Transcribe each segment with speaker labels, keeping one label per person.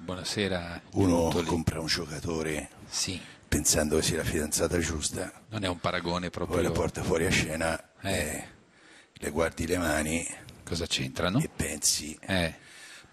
Speaker 1: Buonasera.
Speaker 2: Uno
Speaker 1: Giuntoli.
Speaker 2: compra un giocatore
Speaker 1: Sì,
Speaker 2: pensando che sia la fidanzata giusta,
Speaker 1: non è un paragone
Speaker 2: poi la
Speaker 1: proprio.
Speaker 2: porta fuori a scena,
Speaker 1: Eh.
Speaker 2: eh, le guardi le mani
Speaker 1: Cosa c'entrano?
Speaker 2: e pensi,
Speaker 1: Eh.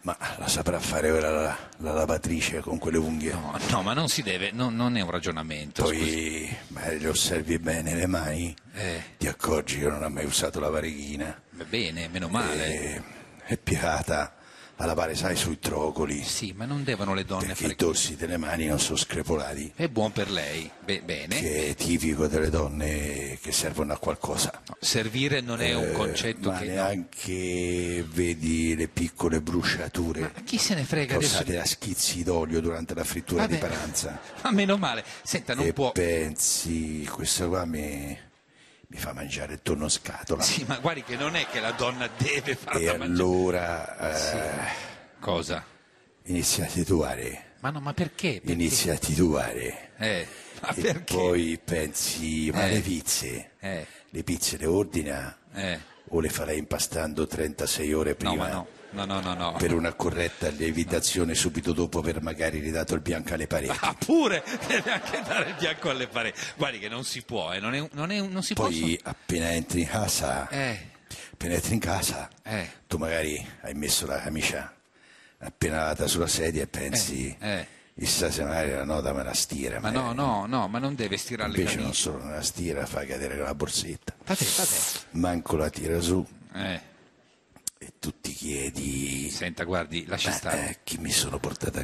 Speaker 2: ma la saprà fare ora la, la lavatrice con quelle unghie?
Speaker 1: No, no, ma non si deve, no, non è un ragionamento. scusi.
Speaker 2: Poi magari le osservi bene le mani,
Speaker 1: Eh,
Speaker 2: ti accorgi che non ha mai usato la vareghina,
Speaker 1: va bene, meno male.
Speaker 2: eh, è pirata, a lavare sai sui trocoli,
Speaker 1: Sì, ma non devono le donne
Speaker 2: Eh. perché i
Speaker 1: fare
Speaker 2: dorsi delle mani non sono screpolati,
Speaker 1: È buon per lei. Beh, bene.
Speaker 2: che è tipico delle donne che servono a qualcosa.
Speaker 1: Servire non è un concetto
Speaker 2: Eh, ma
Speaker 1: che.
Speaker 2: neanche vedi le piccole bruciature
Speaker 1: Ma chi se ne frega adesso?
Speaker 2: causate da schizzi d'olio durante la frittura
Speaker 1: Vabbè.
Speaker 2: di paranza
Speaker 1: Ma meno male. Senta, non
Speaker 2: e
Speaker 1: può.
Speaker 2: pensi questo qua mi, mi fa mangiare il tonno scatola
Speaker 1: Sì, ma guardi che non è che la donna deve far
Speaker 2: e
Speaker 1: da mangiare.
Speaker 2: allora eh,
Speaker 1: Cosa?
Speaker 2: inizia a titubare
Speaker 1: Ma no, ma perché? Perché?
Speaker 2: inizia a titubare
Speaker 1: Eh, ma
Speaker 2: e
Speaker 1: perché?
Speaker 2: poi pensi ma
Speaker 1: Eh.
Speaker 2: le pizze
Speaker 1: Eh,
Speaker 2: le pizze le ordina
Speaker 1: eh.
Speaker 2: o le farei impastando 36 ore prima
Speaker 1: No, ma no. No, no, no, no.
Speaker 2: per una corretta lievitazione subito dopo aver magari ridato il bianco alle pareti.
Speaker 1: Ah, pure deve anche dare il bianco alle pareti. Guardi che non si può, eh, non, è, un- non, è, un- non si può.
Speaker 2: Poi appena entri in casa,
Speaker 1: Eh,
Speaker 2: appena entri in casa,
Speaker 1: eh,
Speaker 2: tu magari hai messo la camicia appena lavata sulla sedia e pensi,
Speaker 1: eh.
Speaker 2: chissà se magari la nota me la stira,
Speaker 1: Ma no, no, no, ma non deve stirare le
Speaker 2: eh,
Speaker 1: Ah.
Speaker 2: invece non
Speaker 1: camicie.
Speaker 2: solo me la stira, fa cadere la borsetta,
Speaker 1: Vabbè, vabbè.
Speaker 2: manco la tira su
Speaker 1: Eh,
Speaker 2: e tu ti chiedi,
Speaker 1: senta, guardi, lasci
Speaker 2: ma
Speaker 1: stare.
Speaker 2: eh, chi mi sono portata a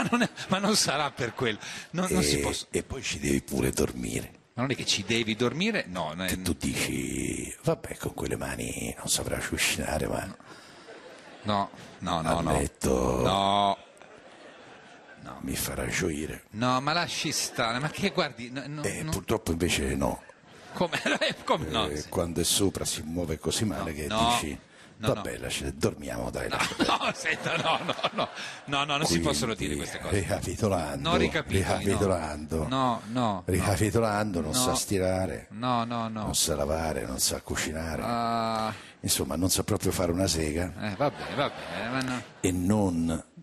Speaker 1: Ma, non è- ma non sarà per quello. Non, non si
Speaker 2: E-
Speaker 1: può.
Speaker 2: e poi ci devi pure dormire.
Speaker 1: Ma non è che ci devi dormire? No, eh, no,
Speaker 2: che tu dici, vabbè, con quelle mani non saprà uscinare, ma
Speaker 1: no, no, no.
Speaker 2: a
Speaker 1: No,
Speaker 2: letto
Speaker 1: no,
Speaker 2: mi farà gioire.
Speaker 1: no, ma lasci stare. Ma che guardi, no, no,
Speaker 2: E
Speaker 1: no.
Speaker 2: purtroppo invece no.
Speaker 1: come, come no?
Speaker 2: Eh, Quando è sopra si muove così male che
Speaker 1: no,
Speaker 2: dici,
Speaker 1: no,
Speaker 2: vabbè, lascia- dormiamo, dai. lascia-
Speaker 1: No, senta, no, no, no, no, no, non si
Speaker 2: Quindi, eh,
Speaker 1: possono dire queste cose.
Speaker 2: Ricapitolando,
Speaker 1: No, ricapitoli, no.
Speaker 2: ricapitolando,
Speaker 1: No, no,
Speaker 2: ricapitolando, non
Speaker 1: no.
Speaker 2: sa stirare,
Speaker 1: No, no, no.
Speaker 2: non sa lavare, non sa cucinare,
Speaker 1: Ah,
Speaker 2: insomma, non sa proprio fare una sega
Speaker 1: eh, va bene, va bene. ma no.
Speaker 2: e non